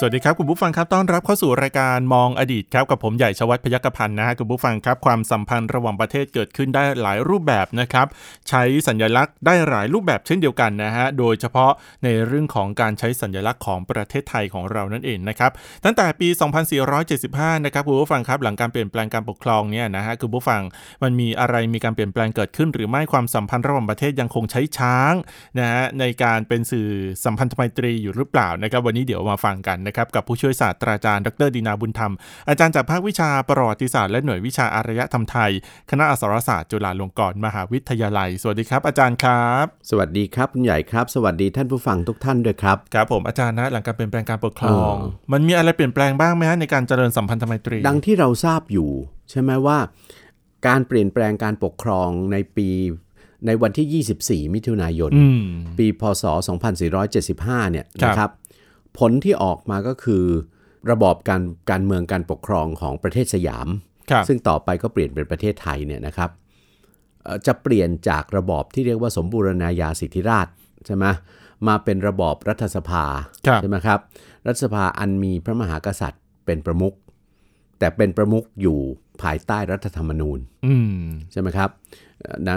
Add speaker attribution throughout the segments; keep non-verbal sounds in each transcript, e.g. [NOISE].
Speaker 1: สวัสดีครับ คุณผู้ฟังครับต้อนรับเข้าสู่รายการมองอดีตครับกับผมใหญ่ชวัฒน์พยัคฆพันธ์นะฮะคุณผู้ฟังครับความสัมพันธ์ระหว่างประเทศเกิดขึ้นได้หลายรูปแบบนะครับใช้สัญลักษณ์ได้หลายรูปแบบเช่นเดียวกันนะฮะโดยเฉพาะในเรื่องของการใช้สัญลักษณ์ของประเทศไทยของเรานั่นเองนะครับตั้งแต่ปี 2475 นะครับคุณผู้ฟังครับหลังการเปลี่ยนแปลงการปกครองเนี่ยนะฮะคุณผู้ฟังมันมีอะไรมีการเปลี่ยนแปลงเกิดขึ้น หรือไม่ความสัมพันธ์ระหว่างประเทศยังคงใช้ช้างนะฮะในการเป็นสื่อสัมพันธไมตรีอยู่หรือเปล่านะครับวันนี้เดี๋ยวมาฟังกันนะครับกับผู้ช่วยศาสตราจารย์ดรดินาบุญธรรม อาจารย์จากภาควิชาประวัติศาสตร์และหน่วยวิชาอารยธรรมไทย คณะอักษรศาสตร์จุฬาลงกรณ์มหาวิทยาลัย สวัสดีครับ อาจารย์ครับ
Speaker 2: สวัสดีครับคุณใหญ่ครับ สวัสดีท่านผู้ฟังทุกท่านด้วยครับ
Speaker 1: ครับผมอาจารย์นะหลังการเปลี่ยนแปลงการปกครอง
Speaker 2: อ๋อ
Speaker 1: มันมีอะไรเปลี่ยนแปลงบ้างไหมฮะในการเจริญสัมพันธไมตรี
Speaker 2: ดังที่เราทราบอยู่ ใช่ไหมว่า การเปลี่ยนแปลงการปกครองในปีในวันที่ 24 มิถุนายน
Speaker 1: อืม
Speaker 2: ปีพศ 2475 เนี่ย
Speaker 1: ครับ
Speaker 2: นะครับ ผลที่ออกมาก็คือ ระบอบการการเมืองการปกครองของประเทศสยาม
Speaker 1: ครับ
Speaker 2: ซึ่งต่อไปก็เปลี่ยนเป็นประเทศไทยเนี่ยนะครับเอ่อจะเปลี่ยนจากระบอบที่เรียกว่าสมบูรณาญาสิทธิราชใช่ไหมมาเป็นระบอบรัฐสภา
Speaker 1: ครับ
Speaker 2: ใช่ไหมครับ รัฐสภาอันมีพระมหากษัตริย์เป็นประมุขแต่เป็นประมุขอยู่ภายใต้รัฐธรรมนูญ
Speaker 1: อืม
Speaker 2: ใช่ไหมครับเอ่อนะ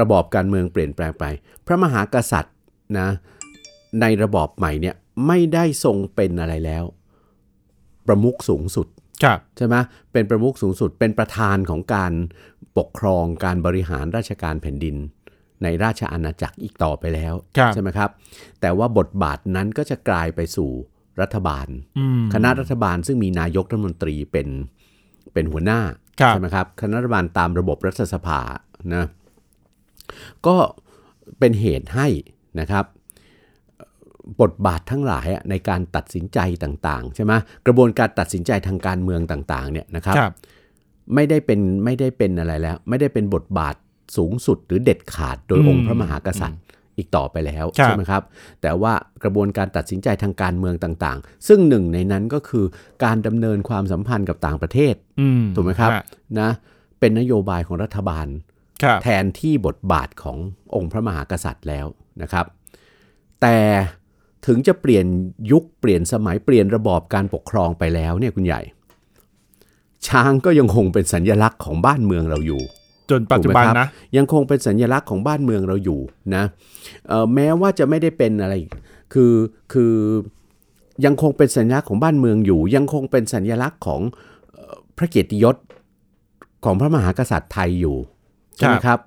Speaker 2: ระบอบการเมืองเปลี่ยนแปลงไป พระมหากษัตริย์นะในระบอบใหม่เนี่ยไม่ได้ทรงเป็นอะไรแล้ว ประมุขสูงสุด
Speaker 1: ครับ
Speaker 2: ใช่ไหมเป็นประมุขสูงสุด เป็นประธานของการปกครองการบริหารราชการแผ่นดิน ในราชอาณาจักรอีกต่อไปแล้ว
Speaker 1: ครับ
Speaker 2: ใช่ไหมครับ แต่ว่าบทบาทนั้นก็จะกลายไปสู่รัฐบาล
Speaker 1: อืม
Speaker 2: คณะรัฐบาลซึ่งมีนายกรัฐมนตรีเป็นเป็นหัวหน้า
Speaker 1: ครับ
Speaker 2: ใช่ไหมครับ คณะรัฐบาลตามระบบรัฐสภานะก็เป็นเหตุให้นะครับบทบาททั้งหลายอะในการตัดสินใจต่างๆ ใช่ไหมกระบวนการตัดสินใจทางการเมืองต่างๆเนี่ยนะครับ
Speaker 1: ครับ
Speaker 2: ไม่ได้เป็นไม่ได้เป็นอะไรแล้ว ไม่ได้เป็นบทบาทสูงสุดหรือเด็ดขาดโดยองค์พระมหากษัตริย์อีกต่อไปแล้วใช่ไหมครับ แต่ว่ากระบวนการตัดสินใจทางการเมืองต่างๆ ซึ่งหนึ่งในนั้นก็คือการดำเนินความสัมพันธ์กับต่างประเทศ
Speaker 1: อืม
Speaker 2: ถูกไหมครับ
Speaker 1: ฮะ
Speaker 2: นะเป็นนโยบายของรัฐบาล
Speaker 1: ครับ
Speaker 2: แทนที่บทบาทขององค์พระมหากษัตริย์แล้วนะครับ แต่ถึงจะเปลี่ยนยุคเปลี่ยนสมัยเปลี่ยนระบอบการปกครองไปแล้วเนี่ยคุณใหญ่ ช้างก็ยังคงเป็นสัญญลักษณ์ของบ้านเมืองเราอยู่
Speaker 1: จนปัจจุบัน
Speaker 2: ถูกไหมครั
Speaker 1: นะ
Speaker 2: บยังคงเป็นสัญลักษณ์ของบ้านเมืองเราอยู่นะเอ่อแม้ว่าจะไม่ได้เป็นอะไรคือคือยังคงเป็นสัญลักษณ์ของบ้านเมืองอยู่ ยังคงเป็นสัญลักษณ์ของเอ่อพระเกียรติยศของพระมหากษัตริย์ไทยอยู่ใช่ไหมครับ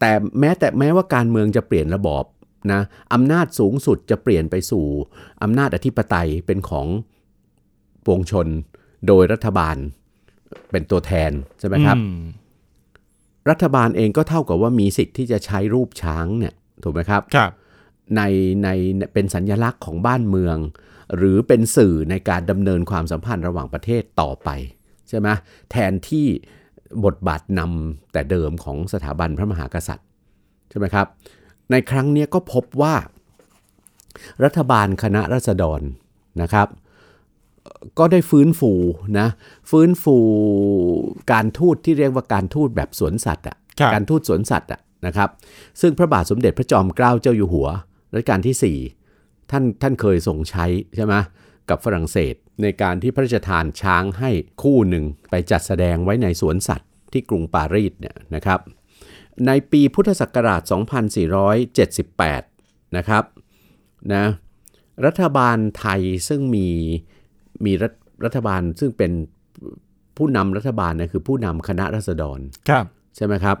Speaker 2: แต่แม้แต่แม้ว่าการเมืองจะเปลี่ยนระบอบนะอำนาจสูงสุดจะเปลี่ยนไปสู่อำนาจอธิปไตยเป็นของปวงชน โดยรัฐบาลเป็นตัวแทนใช่ไหมครับ
Speaker 1: อืม
Speaker 2: รัฐบาลเองก็เท่ากับว่ามีสิทธิ์ที่จะใช้รูปช้างเนี่ยถูกไหมครับ
Speaker 1: ครับ
Speaker 2: ในในเป็นสัญลักษณ์ของบ้านเมือง หรือเป็นสื่อในการดำเนินความสัมพันธ์ระหว่างประเทศต่อไปใช่ไหมแทนที่บทบาทนำแต่เดิมของสถาบันพระมหากษัตริย์ใช่ไหมครับ ในครั้งเนี้ยก็พบว่า รัฐบาลคณะราษฎรนะครับ ก็ได้ฟื้นฟูนะฟื้นฟูการทูตที่เรียกว่าการทูตแบบสวนสัตว์อะ
Speaker 1: ครับ
Speaker 2: การทูตสวนสัตว์อะนะครับ ซึ่งพระบาทสมเด็จพระจอมเกล้าเจ้าอยู่หัวรัชกาลที่ 4 ท่านท่านเคยทรงใช้ใช่ไหมกับฝรั่งเศสในการที่พระราชทานช้างให้คู่หนึ่งไปจัดแสดงไว้ในสวนสัตว์ที่กรุงปารีสเนี่ยนะครับ ในปีพุทธศักราช 2478 นะครับนะรัฐบาลไทยซึ่งมีมีรัฐรัฐบาลซึ่งเป็นผู้นำรัฐบาลนะคือผู้นำคณะราษฎร
Speaker 1: ครับ
Speaker 2: ใช่ไหมครับ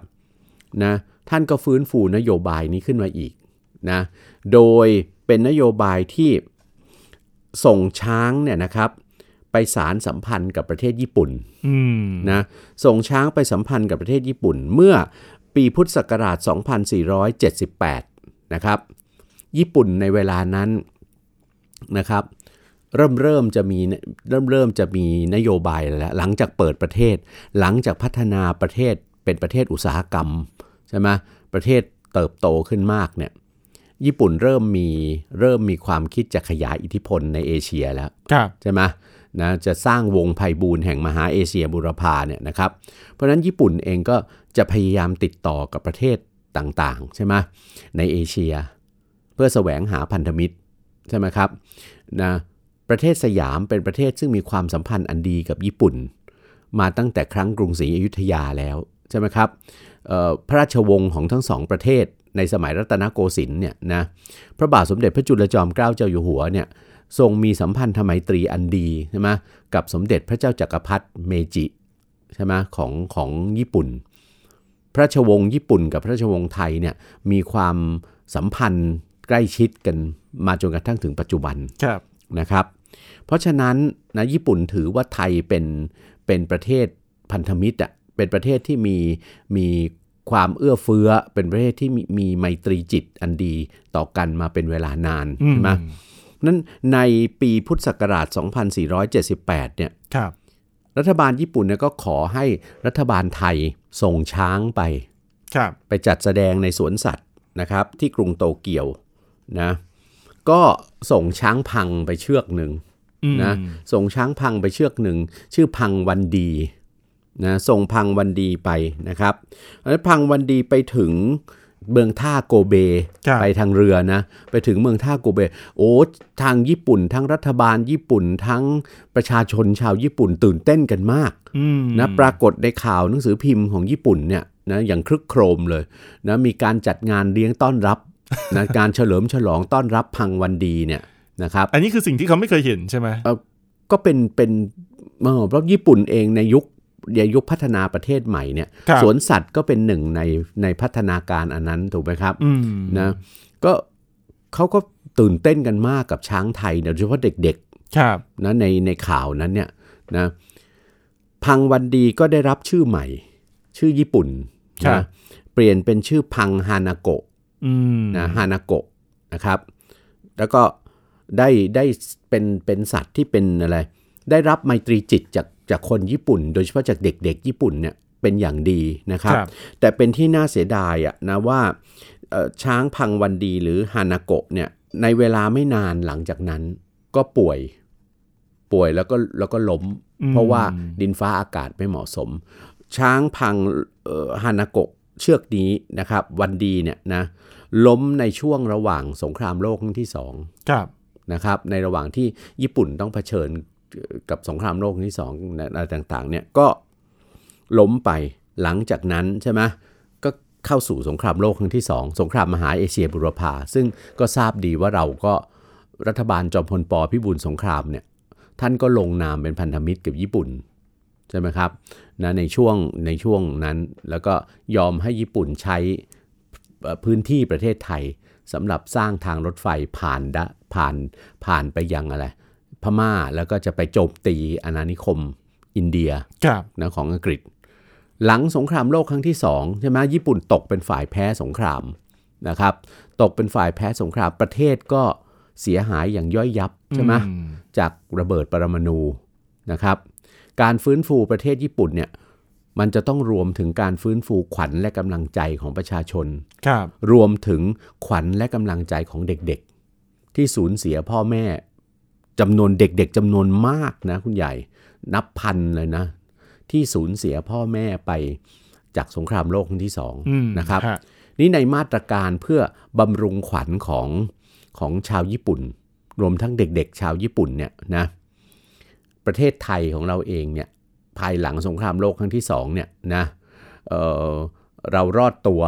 Speaker 2: นะท่านก็ฟื้นฟูนโยบายนี้ขึ้นมาอีกนะโดยเป็นนโยบายที่ส่งช้างเนี่ยนะครับไปสารสัมพันธ์กับประเทศญี่ปุ่น
Speaker 1: อืม
Speaker 2: นะส่งช้างไปสัมพันธ์กับประเทศญี่ปุ่น เมื่อปีพุทธศักราช 2478 นะครับญี่ปุ่นในเวลานั้นนะครับ เริ่มเริ่มจะมีเริ่มเริ่มจะมีนโยบายแล้วหลังจากเปิดประเทศ หลังจากพัฒนาประเทศเป็นประเทศอุตสาหกรรมใช่ไหมประเทศเติบโตขึ้นมากเนี่ยญี่ปุ่นเริ่มมีเริ่มมีความคิดจะขยายอิทธิพลในเอเชียแล้ว
Speaker 1: ครับ
Speaker 2: ใช่ไหมนะจะสร้างวงไพบูลย์แห่งมหาเอเชียบุรพาเนี่ยนะครับเพราะฉะนั้นญี่ปุ่นเองก็จะพยายามติดต่อกับประเทศต่างๆใช่ไหมในเอเชีย เพื่อแสวงหาพันธมิตรใช่ไหมครับนะประเทศสยามเป็นประเทศซึ่งมีความสัมพันธ์อันดีกับญี่ปุ่น มาตั้งแต่ครั้งกรุงศรีอยุธยาแล้วใช่ไหมครับเอ่อพระราชวงศ์ของทั้งสองประเทศในสมัยรัตนโกสินทร์เนี่ยนะพระบาทสมเด็จพระจุลจอมเกล้าเจ้าอยู่หัวเนี่ย ทรงมีสัมพันธไมตรีอันดีใช่ไหมกับสมเด็จพระเจ้าจักรพรรดิเมจิใช่ไหมของของญี่ปุ่น พระราชวงศ์ญี่ปุ่นกับพระราชวงศ์ไทยเนี่ยมีความสัมพันธ์ใกล้ชิดกันมาจนกระทั่งถึงปัจจุบัน
Speaker 1: ครับ
Speaker 2: นะครับ เพราะฉะนั้นนะญี่ปุ่นถือว่าไทยเป็นเป็นประเทศพันธมิตรอะเป็นประเทศที่มีมีความเอื้อเฟื้อ เป็นประเทศที่มีมีไมตรีจิตอันดีต่อกันมาเป็นเวลานาน
Speaker 1: อืม
Speaker 2: ใช่ไหมนั้นในปีพุทธศักราช 2478 เนี่ย
Speaker 1: ครับ
Speaker 2: รัฐบาลญี่ปุ่นเนี่ยก็ขอให้รัฐบาลไทยส่งช้างไป
Speaker 1: ครับ
Speaker 2: ไปจัดแสดงในสวนสัตว์นะครับ ที่กรุงโตเกียวนะ ก็ส่งช้างพังไปเชือกหนึ่ง
Speaker 1: อืม
Speaker 2: นะส่งช้างพังไปเชือกหนึ่ง ชื่อพังวันดีนะส่งพังวันดีไปนะครับแล้วพังวันดีไปถึงเมืองท่าโกเบ
Speaker 1: ครับ
Speaker 2: ไปทางเรือนะไปถึงเมืองท่าโกเบ โอ้ทางญี่ปุ่น ทั้งรัฐบาลญี่ปุ่นทั้งประชาชนชาวญี่ปุ่นตื่นเต้นกันมาก
Speaker 1: อืม
Speaker 2: นะปรากฏในข่าวหนังสือพิมพ์ของญี่ปุ่นเนี่ยนะอย่างครึกโครมเลยนะมีการจัดงานเลี้ยงต้อนรับนะการเฉลิมฉลองต้อนรับพังวันดีเนี่ยนะครับ
Speaker 1: อันนี้คือสิ่งที่เขาไม่เคยเห็นใช่ไหม
Speaker 2: ก็เป็นเป็นเอ่อเพราะญี่ปุ่นเองในยุคในยุคพัฒนาประเทศใหม่เนี่ย
Speaker 1: ครับ
Speaker 2: สวนสัตว์ก็เป็นหนึ่งในในพัฒนาการอันนั้นถูกไหมครับ
Speaker 1: อืม
Speaker 2: นะก็เขาก็ตื่นเต้นกันมากกับช้างไทยเนี่ยโดยเฉพาะเด็ก
Speaker 1: ครับ
Speaker 2: ๆนะในในข่าวนั้นเนี่ยนะพังวันดีก็ได้รับชื่อใหม่ ชื่อญี่ปุ่น
Speaker 1: ครับ
Speaker 2: นะเปลี่ยนเป็นชื่อพังฮานาโกะ
Speaker 1: อืม
Speaker 2: นะฮานาโกะนะครับ แล้วก็ได้ได้เป็นเป็นสัตว์ที่เป็นอะไร ได้รับไมตรีจิตจากจากคนญี่ปุ่น โดยเฉพาะจากเด็กๆ ญี่ปุ่นเนี่ยเป็นอย่างดีนะครับ
Speaker 1: ครับ
Speaker 2: แต่เป็นที่น่าเสียดายอะนะว่าเอ่อช้างพังวันดีหรือฮานาโกะเนี่ยในเวลาไม่นานหลังจากนั้นก็ป่วยป่วยแล้วก็แล้วก็ล้ม
Speaker 1: อืม
Speaker 2: เพราะว่าดินฟ้าอากาศไม่เหมาะสม ช้างพังเอ่อฮานาโกะเชือกนี้นะครับ วันดีเนี่ยนะล้มในช่วงระหว่างสงครามโลกครั้งที่สอง
Speaker 1: ครับ
Speaker 2: นะครับในระหว่างที่ญี่ปุ่นต้องเผชิญกับสงครามโลกครั้งที่สองอะไรต่างๆเนี่ยก็ล้มไปหลังจากนั้นใช่ไหมก็เข้าสู่สงครามโลกครั้งที่สองสงครามมหาเอเชียบุรพาซึ่งก็ทราบดีว่าเราก็รัฐบาลจอมพลปพิบูลสงครามเนี่ยท่านก็ลงนามเป็นพันธมิตรกับญี่ปุ่นใช่ไหมครับนะในช่วงในช่วงนั้นแล้วก็ยอมให้ญี่ปุ่นใช้เอ่อพื้นที่ประเทศไทย สำหรับสร้างทางรถไฟผ่านดะผ่านผ่านไปยังอะไร พม่าแล้วก็จะไปโจมตีอาณานิคมอินเดีย
Speaker 1: ครับ
Speaker 2: นะของอังกฤษ หลังสงครามโลกครั้งที่สองใช่ไหมญี่ปุ่นตกเป็นฝ่ายแพ้สงครามนะครับ ตกเป็นฝ่ายแพ้สงครามประเทศก็เสียหายอย่างย่อยยับใช่ไหม
Speaker 1: อืม
Speaker 2: จากระเบิดปรมาณูนะครับ การฟื้นฟูประเทศญี่ปุ่นเนี่ยมันจะต้องรวมถึงการฟื้นฟูขวัญและกำลังใจของประชาชน
Speaker 1: ครับ
Speaker 2: รวมถึงขวัญและกำลังใจของเด็กๆ ที่สูญเสียพ่อแม่จำนวนเด็กๆจำนวนมากนะคุณใหญ่นับพันเลยนะ ที่สูญเสียพ่อแม่ไปจากสงครามโลกครั้งที่สอง
Speaker 1: อืม
Speaker 2: นะครับ
Speaker 1: ฮ
Speaker 2: นี่ในมาตรการเพื่อบำรุงขวัญของของชาวญี่ปุ่น รวมทั้งเด็กๆ ชาวญี่ปุ่นเนี่ยนะประเทศไทยของเราเองเนี่ยภายหลังสงครามโลกครั้งที่สองเนี่ยนะเอ่อเรารอดตัว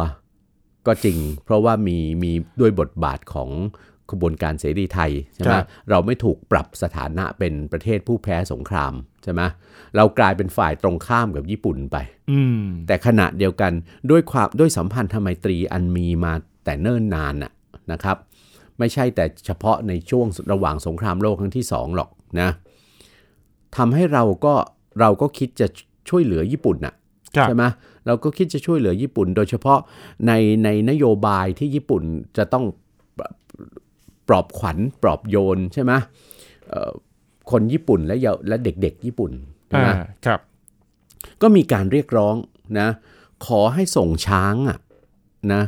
Speaker 2: ก็จริง เพราะว่ามีมีด้วยบทบาทของขบวนการเสรีไทยใช่ไหมเราไม่ถูกปรับสถานะเป็นประเทศผู้แพ้สงครามใช่ไหมเรากลายเป็นฝ่ายตรงข้ามกับญี่ปุ่นไป
Speaker 1: อืม
Speaker 2: แต่ขณะเดียวกันด้วยความด้วยสัมพันธไมตรีอันมีมาแต่เนิ่นนานน่ะนะครับ ไม่ใช่แต่เฉพาะในช่วงระหว่างสงครามโลกครั้งที่สองหรอกนะทำให้เราก็เราก็คิดจะช่วยเหลือญี่ปุ่นน่ะ
Speaker 1: ครับ
Speaker 2: ใช่ไหมเราก็คิดจะช่วยเหลือญี่ปุ่น โดยเฉพาะในในนโยบายที่ญี่ปุ่นจะต้องปรปลอบขวัญปลอบโยนใช่ไหมเอ่อ คนญี่ปุ่นและเยาและเด็กๆ ญี่ปุ่น
Speaker 1: อ่า
Speaker 2: นะครับ ก็มีการเรียกร้องนะขอให้ส่งช้างอะนะ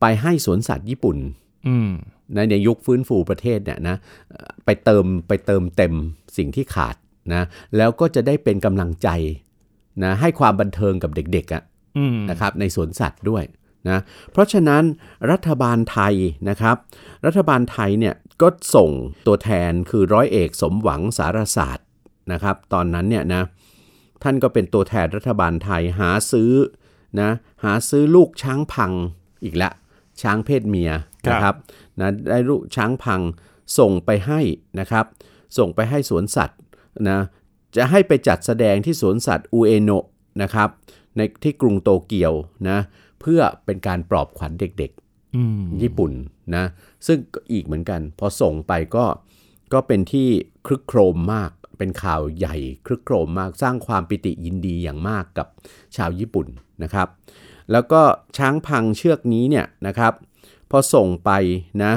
Speaker 2: ไปให้สวนสัตว์ญี่ปุ่น
Speaker 1: อืม
Speaker 2: นะในยุคฟื้นฟูประเทศเนี่ยนะเอ่อไปเติมไปเติมเต็มสิ่งที่ขาดนะแล้วก็จะได้เป็นกำลังใจนะให้ความบันเทิงกับเด็กๆอะ
Speaker 1: อืม
Speaker 2: นะครับในสวนสัตว์ด้วยนะเพราะฉะนั้นรัฐบาลไทยนะครับ รัฐบาลไทยเนี่ยก็ส่งตัวแทนคือร้อยเอกสมหวังสารศาสตร์นะครับตอนนั้นเนี่ยนะท่านก็เป็นตัวแทนรัฐบาลไทยหาซื้อนะหาซื้อลูกช้างพังอีกละ ช้างเพศเมียนะครับนะได้ลูกช้างพังส่งไปให้นะครับ ส่งไปให้สวนสัตว์นะจะให้ไปจัดแสดงที่สวนสัตว์อูเอโนะนะครับในที่กรุงโตเกียวนะเพื่อเป็นการปลอบขวัญเด็กๆ
Speaker 1: อืม
Speaker 2: ญี่ปุ่นนะซึ่งก็อีกเหมือนกัน พอส่งไปก็ก็เป็นที่คลึกโครมมาก เป็นข่าวใหญ่คลึกโครมมากสร้างความปิติยินดีอย่างมากกับชาวญี่ปุ่นนะครับ แล้วก็ช้างพังเชือกนี้เนี่ยนะครับ พอส่งไปนะ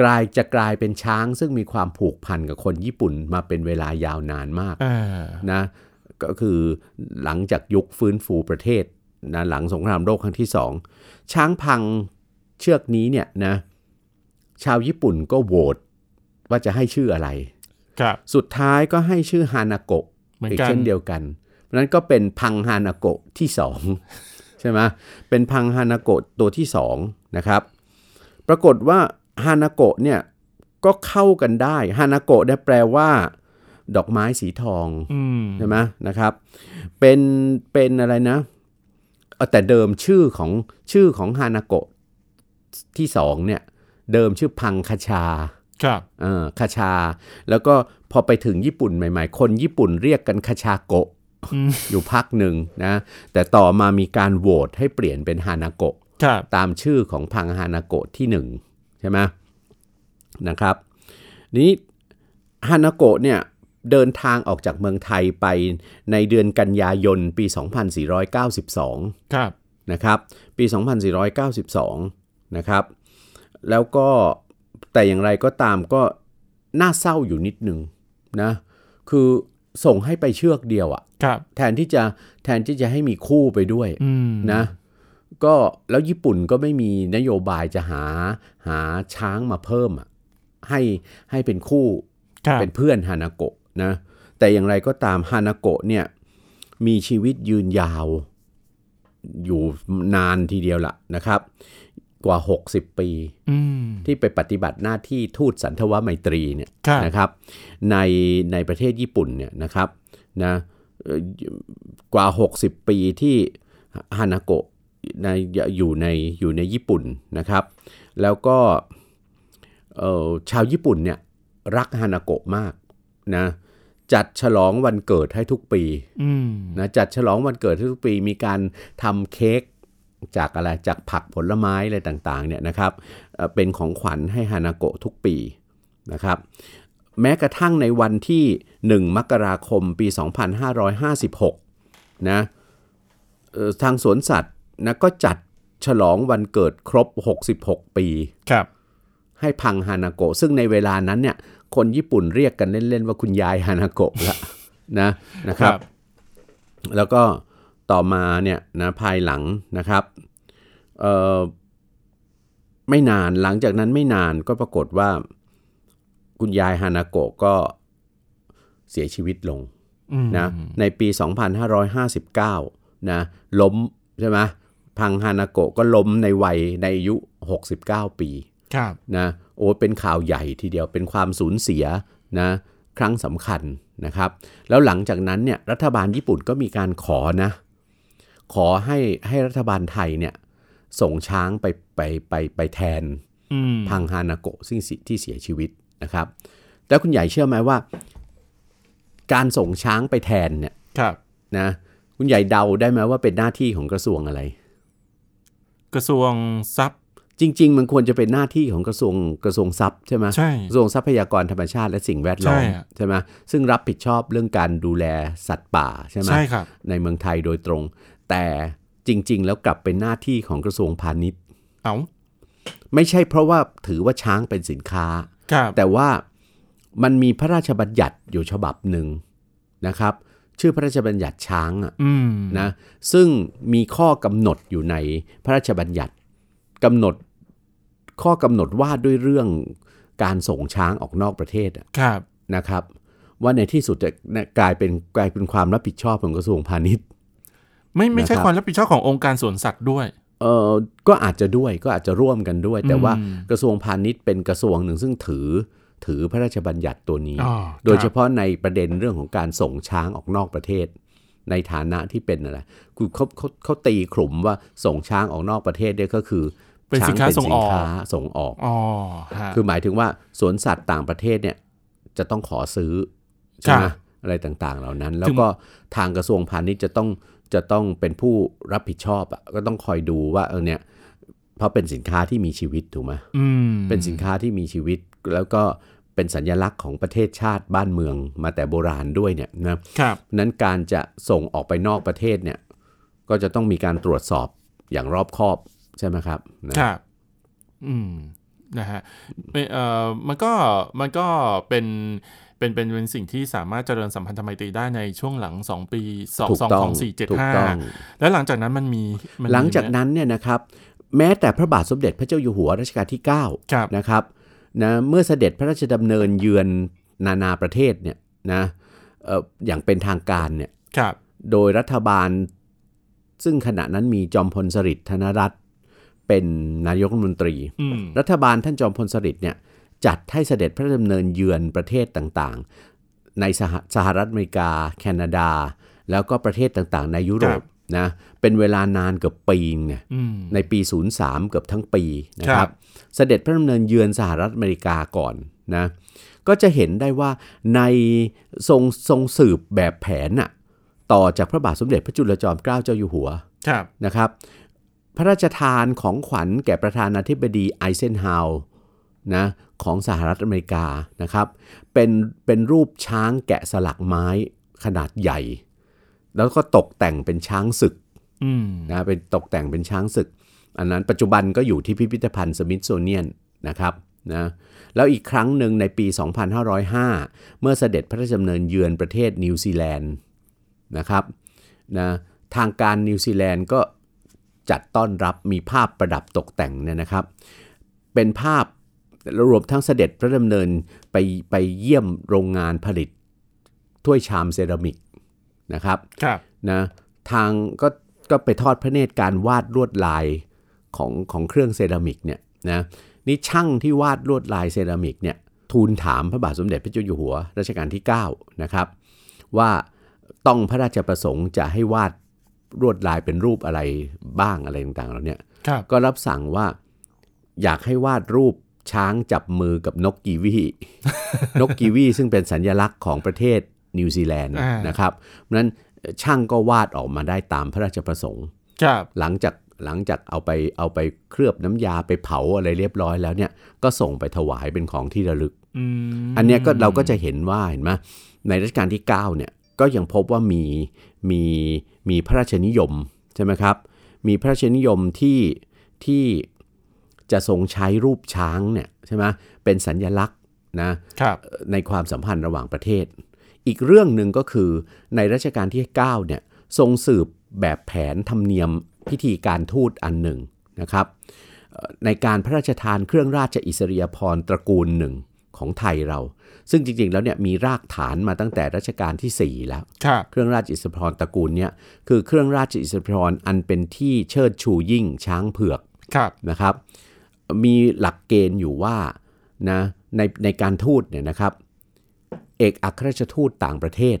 Speaker 2: กลายจะกลายเป็นช้างซึ่งมีความผูกพันกับคนญี่ปุ่นมาเป็นเวลายาวนานมาก
Speaker 1: อ่า
Speaker 2: นะก็คือหลังจากยุคฟื้นฟูประเทศนะหลังสงครามโลกครั้งที่สองช้างพังเชือกนี้เนี่ยนะชาวญี่ปุ่นก็โหวตว่าจะให้ชื่ออะไร
Speaker 1: ครับ
Speaker 2: สุดท้ายก็ให้ชื่อฮานาโกะ
Speaker 1: เหมือน
Speaker 2: อีก
Speaker 1: กัน
Speaker 2: เช่นเดียวกัน เพราะฉะนั้นก็เป็นพังฮานาโกะที่สอง [LAUGHS] ใช่ไหมเป็นพังฮานาโกะตัวที่สองนะครับ ปรากฏว่าฮานาโกะเนี่ยก็เข้ากันได้ฮานาโกะเนี่ยแปลว่า ดอกไม้สีทอง
Speaker 1: อืม
Speaker 2: ใช่ไหมนะครับ เป็นเป็นอะไรนะเอ่อแต่เดิมชื่อของชื่อของฮานาโกะที่สองเนี่ยเดิมชื่อพังคชา
Speaker 1: ครับ
Speaker 2: เออคชา แล้วก็พอไปถึงญี่ปุ่นใหม่ๆ คนญี่ปุ่นเรียกกันคชาโกะ
Speaker 1: อืม
Speaker 2: อยู่พักหนึ่งนะแต่ต่อมามีการโหวตให้เปลี่ยนเป็นฮานาโกะ
Speaker 1: ครับ
Speaker 2: ตามชื่อของพังฮานาโกะที่หนึ่งใช่ไหมนะครับ นี้ฮานาโกะเนี่ยเดินทางออกจากเมืองไทยไปในเดือนกันยายนปี 2492
Speaker 1: ครับ
Speaker 2: นะครับปี 2492 นะครับ แล้วก็แต่อย่างไรก็ตามก็น่าเศร้าอยู่นิดหนึงนะคือส่งให้ไปเชือกเดียวอะ
Speaker 1: ครับ
Speaker 2: แทนที่จะแทนที่จะให้มีคู่ไปด้วย
Speaker 1: อืม
Speaker 2: นะก็แล้วญี่ปุ่นก็ไม่มีนโยบายจะหาหาช้างมาเพิ่มอะให้ให้เป็นคู่
Speaker 1: ครับ
Speaker 2: เป็นเพื่อนฮานาโกะนะแต่อย่างไรก็ตามฮานาโกะเนี่ยมีชีวิตยืนยาว อยู่นานทีเดียวละนะครับ กว่า 60 ปี
Speaker 1: อืม
Speaker 2: ที่ไปปฏิบัติหน้าที่ทูตสันทวไมตรีเนี่ย
Speaker 1: ครับ
Speaker 2: นะครับในในประเทศญี่ปุ่นเนี่ยนะครับนะเอ่อกว่า 60 ปีที่ฮานาโกะในอยู่ในอยู่ในญี่ปุ่นนะครับ แล้วก็เอ่อชาวญี่ปุ่นเนี่ยรักฮานาโกะมากนะจัดฉลองวันเกิดให้ทุกปี
Speaker 1: อืม
Speaker 2: นะจัดฉลองวันเกิดให้ทุกปีมีการทำเค้กจากอะไรจากผักผลไม้อะไรต่างๆเนี่ยนะครับเอ่อเป็นของขวัญให้ฮานาโกะทุกปี นะครับแม้กระทั่งในวันที่ 1 มกราคมปี 2556นะเอ่อทางสวนสัตว์นะก็จัดฉลองวันเกิดครบ 66 ปี
Speaker 1: ครับ
Speaker 2: ให้พังฮานาโกะซึ่งในเวลานั้นเนี่ยคนญี่ปุ่นเรียกกันเล่น ๆ ว่าคุณยายฮานาโกะละนะนะครับ แล้วก็ต่อมาเนี่ยนะภายหลังนะครับเอ่อไม่นานหลังจากนั้นไม่นานก็ปรากฏว่า คุณยายฮานาโกะก็เสียชีวิตลง
Speaker 1: อืม
Speaker 2: นะในปี 2559นะล้มใช่ไหมพังฮานาโกะก็ล้มในวัยในอายุ 69 ปี
Speaker 1: ครับ
Speaker 2: นะโอ้เป็นข่าวใหญ่ทีเดียวเป็นความสูญเสียนะครั้งสำคัญนะครับ แล้วหลังจากนั้นเนี่ยรัฐบาลญี่ปุ่นก็มีการขอนะขอให้ให้รัฐบาลไทยเนี่ยส่งช้างไปไปไปไปแทน
Speaker 1: อืม
Speaker 2: พังฮานาโกะซึ่งสิที่เสียชีวิตนะครับแล้วคุณใหญ่เชื่อไหมว่า การส่งช้างไปแทนเนี่ย
Speaker 1: ครับ
Speaker 2: นะคุณใหญ่เดาได้ไหมว่าเป็นหน้าที่ของกระทรวงอะไร
Speaker 1: กระทรวงทรัพย์
Speaker 2: จริง ๆ มันควรจะเป็นหน้าที่ของกระทรวงกระทรวงทรัพย์ใช่ไหม
Speaker 1: ใช่
Speaker 2: กระทรวงทรัพยากรธรรมชาติและสิ่งแวดล้อม
Speaker 1: ใช่อะ
Speaker 2: ใช่ไหมซึ่งรับผิดชอบเรื่องการดูแลสัตว์ป่าใช่ไหม
Speaker 1: ใช่ครับ
Speaker 2: ในเมืองไทยโดยตรง แต่จริง ๆ แล้วกลับเป็นหน้าที่ของกระทรวงพาณิชย์
Speaker 1: เอา
Speaker 2: ไม่ใช่เพราะว่าถือว่าช้างเป็นสินค้า
Speaker 1: ครับ
Speaker 2: แต่ว่า มันมีพระราชบัญญัติอยู่ฉบับหนึ่งนะครับ ชื่อพระราชบัญญัติช้างอะ
Speaker 1: อืม
Speaker 2: นะซึ่งมีข้อกำหนดอยู่ในพระราชบัญญัติกำหนดข้อกำหนดว่าด้วยเรื่องการส่งช้างออกนอกประเทศอะ
Speaker 1: ครับ
Speaker 2: นะครับ ว่าในที่สุดจะกลายเป็นกลายเป็นความรับผิดชอบของกระทรวงพาณิชย์
Speaker 1: ไม่ไม่ใช่
Speaker 2: นะครับ
Speaker 1: ความรับผิดชอบขององค์การสวนสัตว์ด้วย
Speaker 2: เอ่อก็อาจจะด้วยก็อาจจะร่วมกันด้วย แต่
Speaker 1: อืม
Speaker 2: ว่ากระทรวงพาณิชย์เป็นกระทรวงหนึ่งซึ่งถือถือพระราชบัญญัติตัวนี้
Speaker 1: อ๋อ
Speaker 2: โดย
Speaker 1: ครับ
Speaker 2: เฉพาะในประเด็นเรื่องของการส่งช้างออกนอกประเทศ ในฐานะที่เป็นอะไรคือเขาเขาเขาตีขลุ่มว่าส่งช้างออกนอกประเทศเนี่ยก็คือ
Speaker 1: เป็น
Speaker 2: ช้
Speaker 1: สินค้า
Speaker 2: เป็
Speaker 1: ส่งออก
Speaker 2: ค้าส่งออก
Speaker 1: อ๋อฮะ
Speaker 2: คือหมายถึงว่าสวนสัตว์ต่างประเทศเนี่ยจะต้องขอซื้อใช่ไหม
Speaker 1: ค่ะ
Speaker 2: อะไรต่างๆ เหล่านั้น แล้
Speaker 1: ถึ
Speaker 2: ว
Speaker 1: ง
Speaker 2: ก็ทางกระทรวงพาณิชย์จะต้องจะต้องเป็นผู้รับผิดชอบอะก็ต้องคอยดูว่าเออเนี่ยเพราะเป็นสินค้าที่มีชีวิตถูกไหม
Speaker 1: อืม
Speaker 2: เป็นสินค้าที่มีชีวิต แล้วก็เป็นสัญลักษณ์ของประเทศชาติบ้านเมืองมาแต่โบราณด้วยเนี่ยนะครับ นั้นการจะส่งออกไปนอกประเทศเนี่ยก็จะต้องมีการตรวจสอบอย่างรอบคอบใช่ไหมครับนะ
Speaker 1: ครับ อืม นะฮะไม่เอ่อมันก็ มันก็เป็น เป็น เป็น เป็นสิ่งที่สามารถเจริญสัมพันธไมตรีได้ในช่วงหลัง 2 ปี2
Speaker 2: ถูก
Speaker 1: 2
Speaker 2: ต้อง
Speaker 1: 2 4
Speaker 2: ถู
Speaker 1: 7
Speaker 2: กต้อง
Speaker 1: 5 แล้วหลังจากนั้นมันมีมัมี
Speaker 2: หลังจาก
Speaker 1: ไม
Speaker 2: นั้นเนี่ยนะครับแม้แต่พระบาทสมเด็จพระเจ้าอยู่หัวรัชกาลที่ 9
Speaker 1: ครับ
Speaker 2: นะครับนะเมื่อเสด็จพระราชดำเนินเยือนนานาประเทศเนี่ยนะเอ่ออย่างเป็นทางการเนี่ย
Speaker 1: ครับ
Speaker 2: โดยรัฐบาล ซึ่งขณะนั้นมีจอมพลสฤษดิ์ธนรัตน์เป็นนายกรัฐมนตรี
Speaker 1: อืม
Speaker 2: รัฐบาลท่านจอมพลสฤษดิ์เนี่ยจัดให้เสด็จพระดำเนินเยือนประเทศต่างๆ ในสหสหรัฐอเมริกา แคนาดา แล้วก็ประเทศต่างๆ ในยุโร
Speaker 1: ครับ
Speaker 2: ปนะเป็นเวลานานเกือบปีนึงเนี่ย
Speaker 1: อืม
Speaker 2: ในปี 03 เกือบทั้งปีนะค
Speaker 1: ครั
Speaker 2: รับ บ เสด็จพระดำเนินเยือนสหรัฐอเมริกาก่อนนะ ก็จะเห็นได้ว่าในทรงทรงสืบแบบแผนน่ะต่อจากพระบาทสมเด็จพระจุลจอมเกล้าเจ้าอยู่หัว
Speaker 1: ครับ
Speaker 2: นะครับ พระราชทานของขวัญแก่ประธานาธิบดีไอเซนฮาวร์นะของสหรัฐอเมริกานะครับ เป็นเป็นรูปช้างแกะสลักไม้ขนาดใหญ่ แล้วก็ตกแต่งเป็นช้างศึก
Speaker 1: อืม
Speaker 2: นะเป็นตกแต่งเป็นช้างศึก อันนั้นปัจจุบันก็อยู่ที่พิพิธภัณฑ์สมิธโซเนียนนะครับนะแล้วอีกครั้งหนึ่งในปี 2505 เมื่อเสด็จพระราชดำเนินเยือนประเทศนิวซีแลนด์นะครับนะทางการนิวซีแลนด์ก็จัดต้อนรับมีภาพประดับตกแต่งเนี่ยนะครับ เป็นภาพรวมทั้งเสด็จพระดำเนินไปไปเยี่ยมโรงงานผลิตถ้วยชามเซรามิกนะครับ
Speaker 1: ครับ
Speaker 2: นะทางก็ก็ไปทอดพระเนตรการวาดลวดลายของของเครื่องเซรามิกเนี่ยนะนี่ช่างที่วาดลวดลายเซรามิกเนี่ยทูลถามพระบาทสมเด็จพระเจ้าอยู่หัวรัชกาลที่9นะครับว่าต้องพระราชประสงค์จะให้วาดลวดลายเป็นรูปอะไรบ้างอะไรต่างๆเราเนี่ย
Speaker 1: ครับ
Speaker 2: ก็รับสั่งว่าอยากให้วาดรูปช้างจับมือกับนกกีวี [LAUGHS] นกกีวีซึ่งเป็นสัญลักษณ์ของประเทศนิวซีแลนด์
Speaker 1: อ่าน
Speaker 2: นะครับเพราะฉะนั้นช่างก็วาดออกมาได้ตามพระราชประสงค์
Speaker 1: ครับ
Speaker 2: หลังจากหลังจากเอาไปเอาไปเคลือบน้ำยาไปเผาอะไรเรียบร้อยแล้วเนี่ยก็ส่งไปถวายเป็นของที่ระลึก
Speaker 1: อืม
Speaker 2: อันเนี้ยก็เราก็จะเห็นว่าเห็นไหมในรัชกาลที่ 9 เนี่ยก็ยังพบว่ามีมีมีพระราชนิยมใช่ไหมครับ มีพระราชนิยมที่ที่จะทรงใช้รูปช้างเนี่ยใช่ไหมเป็นสัญญลักษณ์นะ
Speaker 1: ครับ
Speaker 2: ในความสัมพันธ์ระหว่างประเทศ อีกเรื่องหนึ่งก็คือในรัชกาลที่ 9 เนี่ยทรงสืบแบบแผนธรรมเนียมพิธีการทูตอันหนึ่งนะครับเอ่อในการพระราชทานเครื่องราชอิสริยาภรณ์ตระกูลหนึ่งของไทยเรา ซึ่งจริงๆแล้วเนี่ยมีรากฐานมาตั้งแต่รัชกาลทีสี่ 4 แล้ว
Speaker 1: ครับ
Speaker 2: เครื่องราชอิสริยาภรณ์ตระกูลเนี่ยคือเครื่องราชอิสริยาภรณ์อันเป็นที่เชิดชูยิ่งช้างเผือก
Speaker 1: ครับ
Speaker 2: นะครับมีหลักเกณฑ์อยู่ว่านะในในการทูตเนี่ยนะครับเอกอัครราชทูตต่างประเทศ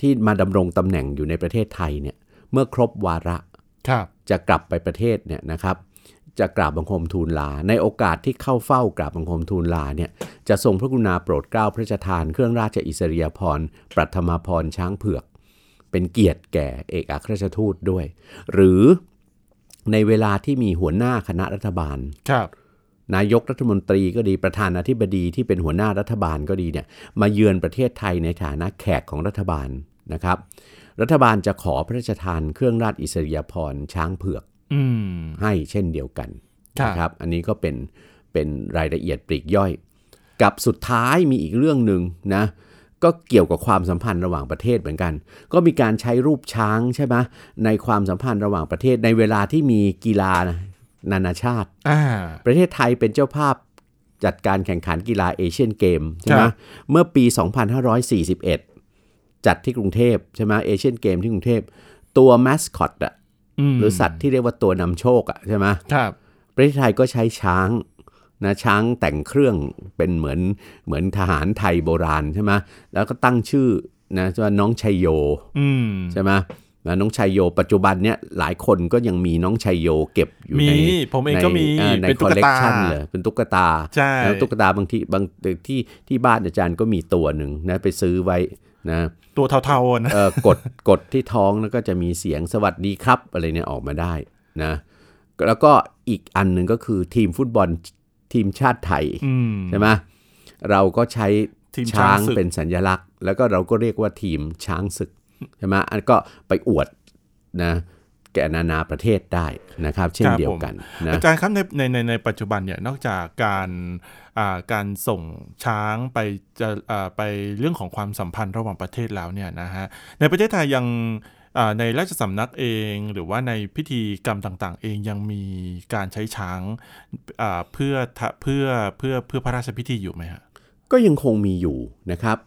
Speaker 2: ที่มาดำรงตำแหน่งอยู่ในประเทศไทยเนี่ยเมื่อครบวาระ
Speaker 1: ครับ
Speaker 2: จะกลับไปประเทศเนี่ยนะครับจะกราบบังคมทูลลา ในโอกาสที่เข้าเฝ้ากราบบังคมทูลลาเนี่ยจะทรงพระกรุณาโปรดเกล้าพระราชทานเครื่องราชอิสริยาภรณ์ปรัตมาภรณ์ช้างเผือก เป็นเกียรติแก่เอกอัครราชทูตด้วย หรือในเวลาที่มีหัวหน้าคณะรัฐบาล
Speaker 1: ครับ
Speaker 2: นายกรัฐมนตรีก็ดีประธานาธิบดีที่เป็นหัวหน้ารัฐบาลก็ดีเนี่ยมาเยือนประเทศไทยในฐานะแขกของรัฐบาลนะครับ รัฐบาลจะขอพระราชทานเครื่องราชอิสริยาภรณ์ช้างเผือก
Speaker 1: อืม
Speaker 2: ให้เช่นเดียวกัน
Speaker 1: ครับ
Speaker 2: นะครับ อันนี้ก็เป็นเป็นรายละเอียดปลีกย่อย กับสุดท้ายมีอีกเรื่องหนึ่งนะก็เกี่ยวกับความสัมพันธ์ระหว่างประเทศเหมือนกัน ก็มีการใช้รูปช้างใช่ไหมในความสัมพันธ์ระหว่างประเทศในเวลาที่มีกีฬานานาชาติ
Speaker 1: อ่า
Speaker 2: ประเทศไทยเป็นเจ้าภาพจัดการแข่งขันกีฬาเอเชียนเกมใช่ไห
Speaker 1: ค
Speaker 2: ม
Speaker 1: รับ
Speaker 2: เมื่อปี 2541 จัดที่กรุงเทพใช่ไหมเอเชียนเกมที่กรุงเทพตัวมาสคอตอะ
Speaker 1: ม
Speaker 2: หรือสัตว์ที่เรียกว่าตัวนำโชคอะใช่ไหม
Speaker 1: ครับ
Speaker 2: ประเทศไทยก็ใช้ช้างนะช้างแต่งเครื่องเป็นเหมือนเหมือนทหารไทยโบราณใช่ไหมแล้วก็ตั้งชื่อนะว่าน้องชัยโย
Speaker 1: อืม
Speaker 2: ใช่ไหมแล้วน้องชัยโย ปัจจุบันเนี่ยหลายคนก็ยังมีน้องชัยโยเก็บอยู่ใน
Speaker 1: มีผมเองก็มี
Speaker 2: ในใน
Speaker 1: เป็นตุ๊
Speaker 2: คอก ลเลก
Speaker 1: ตา
Speaker 2: ชันเลยเป็นตุ๊กตา
Speaker 1: ใช่
Speaker 2: แล้วตุ๊กตาบางทีบางที่ที่บ้านอาจารย์ก็มีตัวหนึ่งนะไปซื้อไว้นะ
Speaker 1: ตัวเทาๆอะนะ
Speaker 2: เอ่อกด กดที่ท้องแล้วก็จะมีเสียงสวัสดีครับ อะไรเนี่ยออกมาได้นะแล้วก็อีกอันหนึ่งก็คือทีมฟุตบอลทีมชาติไทย
Speaker 1: อืม
Speaker 2: ใช่ไหมเราก็ใช้
Speaker 1: ทีมช้า
Speaker 2: ช้าง
Speaker 1: งศึก
Speaker 2: เป็นสัญลักษณ์ แล้วก็เราก็เรียกว่าทีมช้างศึกใช่ไหมอันก็ไปอวดนะแก่นานาประเทศได้นะครับ เช่น
Speaker 1: ครับ
Speaker 2: เดียวกันนะ
Speaker 1: อาจารย์ครับในในในในปัจจุบันเนี่ยนอกจากการอ่าการส่งช้างไปจะอ่าไปเรื่องของความสัมพันธ์ระหว่างประเทศแล้วเนี่ยนะฮะในประเทศไทยยังอ่าในราชสำนักเองหรือว่าในพิธีกรรมต่างๆ เองยังมีการใช้ช้างอ่าเพื่อทะเพื่อเพื่อเพื่อพระราชพิธีอยู่ไหมฮะ
Speaker 2: ก็ยังคงมีอยู่นะครับ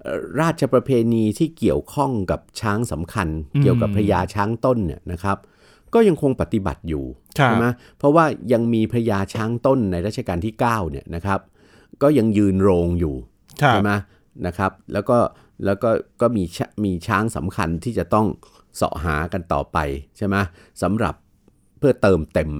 Speaker 2: เอ่อราชประเพณีที่เกี่ยวข้องกับช้างสำคัญ เกี่ยวกับพญาช้างต้นเนี่ยนะครับ ก็ยังคงปฏิบัติอยู่
Speaker 1: ครับ
Speaker 2: ใช่ไหมเพราะว่ายังมีพญาช้างต้นในรัชกาลที่ 9 เนี่ยนะครับ ก็ยังยืนโรงอยู่
Speaker 1: ครับ
Speaker 2: ใช่ไหมนะครับ แล้วก็แล้วก็ก็มีชมีช้างสำคัญที่จะต้องเสาะหากันต่อไปใช่ไหมสำหรับเพื่อเติมเต็ม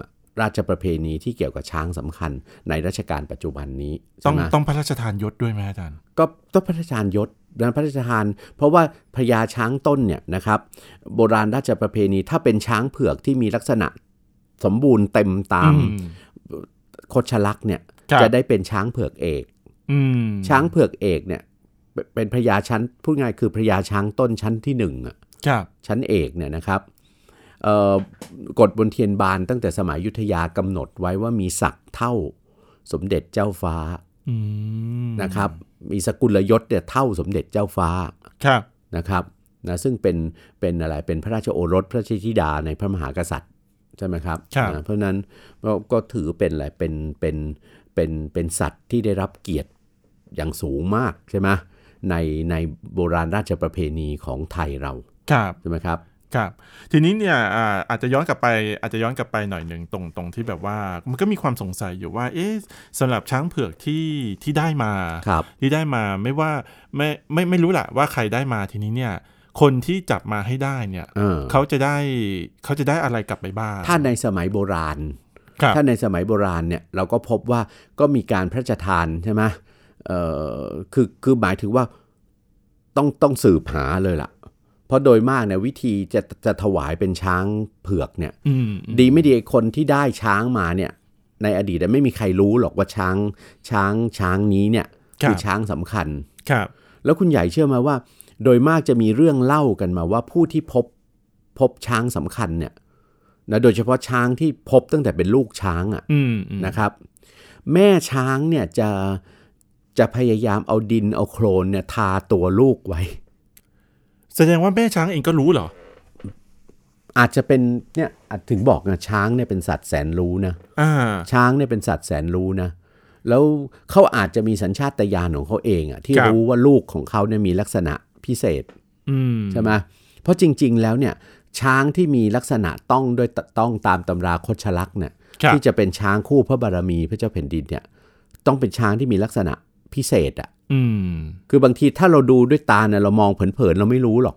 Speaker 2: ราชประเพณีที่เกี่ยวกับช้างสำคัญในรัชกาลปัจจุบันนี้
Speaker 1: ต้
Speaker 2: ใช่
Speaker 1: อง
Speaker 2: ไหม
Speaker 1: ต้องพระราชทานยศด้วยไหมอาจารย์
Speaker 2: ก็ต้องพระราชทานยศนะพระราชทาน เพราะว่าพญาช้างต้นเนี่ยนะครับ โบราณราชประเพณีถ้าเป็นช้างเผือกที่มีลักษณะสมบูรณ์เต็มตาม
Speaker 1: อืม
Speaker 2: โคชลักษณ์เนี่ย
Speaker 1: ครับ
Speaker 2: จะได้เป็นช้างเผือกเอก
Speaker 1: อืม
Speaker 2: ช้างเผือกเอกเนี่ยเป็นเป็นพระยาชั้นพูดง่ายคือพระยาช้างต้นชั้นที่หนึ่งอะ
Speaker 1: ครับ
Speaker 2: ชั้นเอกเนี่ยนะครับเอ่อกฎบนเทียนบานตั้งแต่สมัยอยุทธยากำหนดไว้ว่ามีศักดิ์เท่าสมเด็จเจ้าฟ้า
Speaker 1: อืม
Speaker 2: นะครับ มีสกุลยศเนี่ยเท่าสมเด็จเจ้าฟ้า
Speaker 1: ครับ
Speaker 2: นะครับนะซึ่งเป็นเป็นอะไรเป็นพระราชโอรสพระราชธิดาในพระมหากษัตริย์ใช่ไหมครับนะเพราะฉะนั้นก็ก็ถือเป็นอะไรเป็นเป็นเป็นเป็นสัตว์ที่ได้รับเกียรติ อย่างสูงมากใช่ไหมในในโบราณราชประเพณีของไทยเรา
Speaker 1: ครับ
Speaker 2: ใช่ไหมครับ
Speaker 1: ครับทีนี้เนี่ยอ่าอาจจะย้อนกลับไปอาจจะย้อนกลับไปหน่อยหนึ่งตรงตรงที่แบบว่ามันก็มีความสงสัยอยู่ว่าเอ๊ะสำหรับช้างเผือกที่ที่ได้มา
Speaker 2: ครับ
Speaker 1: ที่ได้มาไม่ว่าไม่ไม่ไม่รู้แหละว่าใครได้มาทีนี้เนี่ยคนที่จับมาให้ได้เนี่ย
Speaker 2: เออ
Speaker 1: เขาจะได้เขาจะได้อะไรกลับไปบ้าง
Speaker 2: ถ้าในสมัยโบราณ
Speaker 1: ครับ
Speaker 2: ถ้าในสมัยโบราณเนี่ยเราก็พบว่าก็มีการพระราชทานใช่ไหมเอ่อคือคือหมายถึงว่าต้องต้องสืบหาเลยล่ะ เพราะโดยมากเนี่ยวิธีจะจะถวายเป็นช้างเผือกเนี่ย
Speaker 1: อืมอืม
Speaker 2: ดีไม่ดีไอ้คนที่ได้ช้างมาเนี่ย ในอดีตเนี่ยไม่มีใครรู้หรอกว่าช้างช้างช้างนี้เนี่ยคือช้างสำคัญ
Speaker 1: ครับ
Speaker 2: แล้วคุณใหญ่เชื่อไหมาว่า โดยมากจะมีเรื่องเล่ากันมาว่าผู้ที่พบพบช้างสำคัญเนี่ยนะโดยเฉพาะช้างที่พบตั้งแต่เป็นลูกช้างอะ
Speaker 1: อืมอืม
Speaker 2: นะครับ แม่ช้างเนี่ยจะจะพยายามเอาดินเอาโคลนเนี่ยทาตัวลูกไว้
Speaker 1: แสดงว่าแม่ช้างเองก็รู้เหรอ
Speaker 2: อาจจะเป็นเนี่ยอาจถึงบอกนะช้างเนี่ยเป็นสัตว์แสนรู้นะ
Speaker 1: อ่า
Speaker 2: ช้างเนี่ยเป็นสัตว์แสนรู้นะ แล้วเขาอาจจะมีสัญชาตญาณของเขาเองอะที่รู้ว่าลูกของเขาเนี่ยมีลักษณะพิเศษ
Speaker 1: อืม
Speaker 2: ใช่ไหมเพราะจริงๆ แล้วเนี่ยช้างที่มีลักษณะต้องด้วยตต้องตามตำราโคชลักษณ์เนี่ย
Speaker 1: ครับ
Speaker 2: ที่จะเป็นช้างคู่พระบารมีพระเจ้าแผ่นดินเนี่ยต้องเป็นช้างที่มีลักษณะพิเศษอะ
Speaker 1: อืม
Speaker 2: คือบางทีถ้าเราดูด้วยตาเนี่ยเรามองเผินๆเราไม่รู้หรอก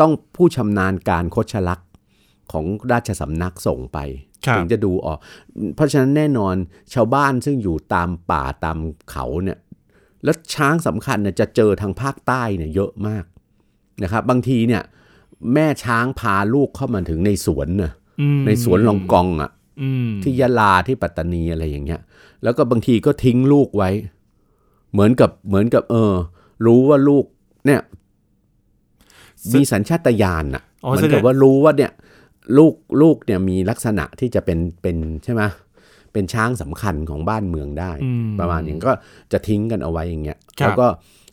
Speaker 2: ต้องผู้ชำนาญการโคชลักษณ์ของราชสำนักส่งไป
Speaker 1: ครับ
Speaker 2: ถึงจะดูออก เพราะฉะนั้นแน่นอนชาวบ้านซึ่งอยู่ตามป่าตามเขาเนี่ย แล้วช้างสำคัญเนี่ยจะเจอทางภาคใต้เนี่ยเยอะมากนะครับ บางทีเนี่ยแม่ช้างพาลูกเข้ามาถึงในสวนนะ
Speaker 1: อืม
Speaker 2: ในสวนลองกองอะ่ะ
Speaker 1: อืม
Speaker 2: ที่ยะลาที่ปัตตานีอะไรอย่างเงี้ย แล้วก็บางทีก็ทิ้งลูกไว้ เหมือนกับเหมือนกับ เออ รู้ว่าลูกเนี่ยมีสัญชาตญาณอ่ะ
Speaker 1: อ๋อ
Speaker 2: เหมือ
Speaker 1: แสด
Speaker 2: นกับ
Speaker 1: ง
Speaker 2: ว่ารู้ว่าเนี่ย ลูกลูกเนี่ยมีลักษณะที่จะเป็นเป็นใช่ไหม เป็นช้างสำคัญของบ้านเมืองได้
Speaker 1: อืม
Speaker 2: ประมาณอย่างก็จะทิ้งกันเอาไว้อย่างเงี้ย
Speaker 1: ครับ
Speaker 2: แล้วก็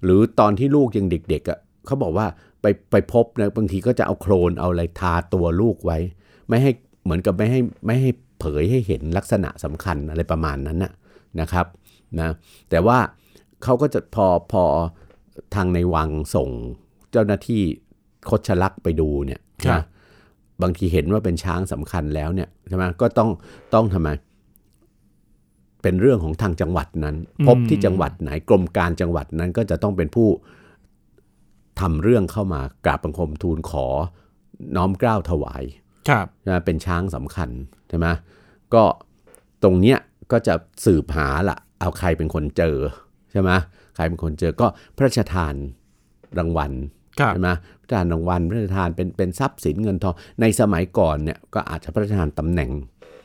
Speaker 2: หรือตอนที่ลูกยังเด็กๆอ่ะเขาบอกว่าไปไปพบนะบางทีก็จะเอาโครนเอาอะไรทาตัวลูกไว้ ไม่ให้เหมือนกับไม่ให้ไม่ให้เผยให้เห็นลักษณะสำคัญอะไรประมาณนั้นนะนะครับนะแต่ว่าเขาก็จะพอพอทางในวังส่งเจ้าหน้าที่คดชลักษ์ไปดูเนี่ย
Speaker 1: ครับ
Speaker 2: นะบางทีเห็นว่าเป็นช้างสำคัญแล้วเนี่ยใช่ไหมก็ต้องต้องทำไม เป็นเรื่องของทางจังหวัดนั้น
Speaker 1: อืม
Speaker 2: พบที่จังหวัดไหนกรมการจังหวัดนั้นก็จะต้องเป็นผู้ทำเรื่องเข้ามากราบบังคมทูลขอน้อมเกล้าวถวาย
Speaker 1: ครับ
Speaker 2: นะเป็นช้างสำคัญใช่ไหมก็ตรงเนี้ยก็จะสืบหาละเอาใครเป็นคนเจอใช่ไหมใครเป็นคนเจอก็พระราชทานรางวัล
Speaker 1: ครับ
Speaker 2: ใช่ไหมพระราชทานรางวัลพระราชทานเป็นเป็นทรัพย์สินเงินทองในสมัยก่อนเนี่ยก็อาจจะพระราชทานตำแหน่ง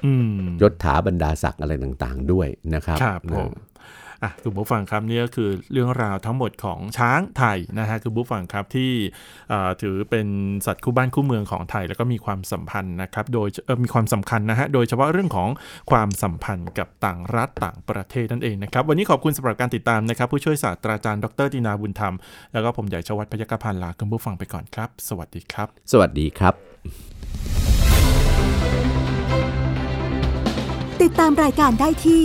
Speaker 1: อืม
Speaker 2: ยศถาบรรดาศักดิ์อะไรต่างๆด้วยนะครับ
Speaker 1: ครับผม
Speaker 2: นะ
Speaker 1: อ่ะคุณผู้ฟังครับนี่ก็คือเรื่องราวทั้งหมดของช้างไทยนะฮะคุณผู้ฟังครับที่เอ่อถือเป็นสัตว์คู่บ้านคู่เมืองของไทย แล้วก็มีความสัมพันธ์นะครับโดยเอ่อมีความสำคัญนะฮะโดยเฉพาะเรื่องของความสัมพันธ์กับต่างรัฐต่างประเทศนั่นเองนะครับวันนี้ขอบคุณสำหรับการติดตามนะครับ ผู้ช่วยศาสตราจารย์ดรดินาบุญธรรม แล้วก็ผมใหญ่ชวัฒน์พยกพันธ์ลาคุณผู้ฟังไปก่อนครับ สวัสดีครับ
Speaker 2: สวัสดีครับ
Speaker 3: ติดตามรายการได้ที่